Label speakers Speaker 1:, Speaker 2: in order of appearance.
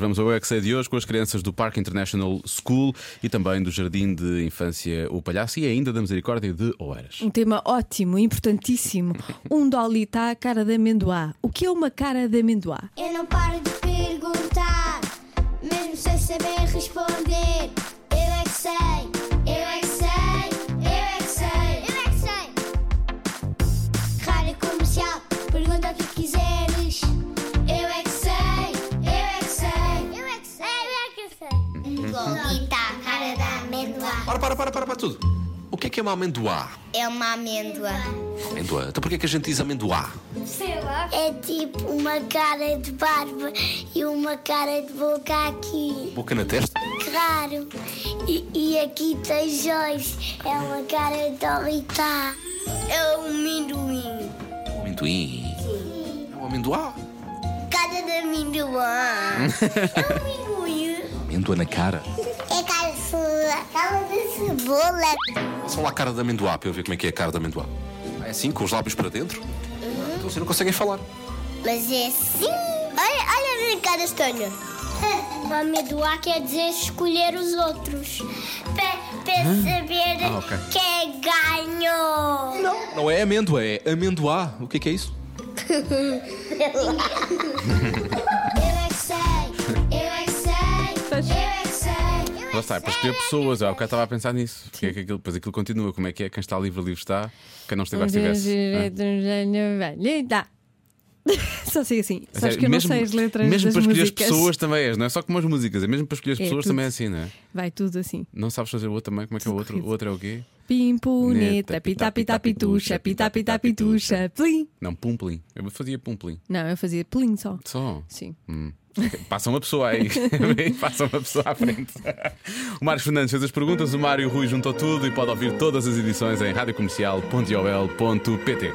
Speaker 1: Vamos ao UXA de hoje com as crianças do Parque International School e também do Jardim de Infância O Palhaço e ainda da Misericórdia de Oeiras.
Speaker 2: Um tema ótimo, importantíssimo. Um Dolly está a cara de amendoá. O que é uma cara de amendoá?
Speaker 3: Eu não paro de perguntar, mesmo sem saber responder. Eu é que sei, eu é que sei, eu é que sei, eu é que sei. Rádio comercial, pergunta o que quiseres. Eu é que sei, eu é que sei, eu é que sei, eu é que sei. Um golguita, a cara da amêndoa.
Speaker 4: Para, para, para, para, para tudo. O que é que é uma amendoá?
Speaker 3: É uma amêndoa.
Speaker 4: Amendoá. Então porquê é que a gente diz amendoá?
Speaker 3: É tipo uma cara de barba e uma cara de boca aqui.
Speaker 4: Boca na testa?
Speaker 3: Claro. E, e aqui tem Joyce. É uma cara de Oritá. É um minduim.
Speaker 4: Um amendoim. É um amendoá.
Speaker 3: Cara de amendoim. É um minduim.
Speaker 4: Amendoa na cara.
Speaker 3: É cara de cebola. Cara de cebola.
Speaker 4: Só lá a cara de amendoá para eu ver como é que é a cara de amendoá. Ah, É assim, com os lábios para dentro? Então vocês não conseguem falar.
Speaker 3: Mas é sim. Olha, olha a minha cara estranha. Amendoar quer dizer escolher os outros. Para saber
Speaker 1: Ah, ok.
Speaker 3: quem ganhou.
Speaker 4: Não é amêndoa, é amendoá. O que é que é isso?
Speaker 3: Eu é que sei, eu é que sei, eu é que sei.
Speaker 1: Lá está, é para escolher pessoas, ah, o cara estava a pensar nisso. Porque é que aquilo, depois aquilo continua, como é que é? Quem está livre, livre está. Quem não estiver, estivesse. É?
Speaker 2: Dá. Só sei assim.
Speaker 1: Ah,
Speaker 2: Sabes
Speaker 1: sério,
Speaker 2: que eu não sei as letras
Speaker 1: mesmo
Speaker 2: das
Speaker 1: para escolher
Speaker 2: músicas.
Speaker 1: as pessoas também és, não é só como as músicas, é mesmo para escolher as
Speaker 2: É
Speaker 1: pessoas
Speaker 2: tudo.
Speaker 1: também é assim, não é?
Speaker 2: Vai tudo assim.
Speaker 1: Não sabes fazer o outro também, como é que é o outro? O
Speaker 2: Socorrido.
Speaker 1: outro é o quê?
Speaker 2: Pimpuneta, pita pita pitucha, pita pita pitucha, plim.
Speaker 1: Não, pumplim. Eu fazia pumplim.
Speaker 2: Não, eu fazia plim só.
Speaker 1: Só. Hum.
Speaker 2: Sim.
Speaker 1: Passa uma pessoa aí. Passa uma pessoa à frente. O Marcos Fernandes fez as perguntas, o Mário Rui juntou tudo e pode ouvir todas as edições em radiocomercial.iol.pt.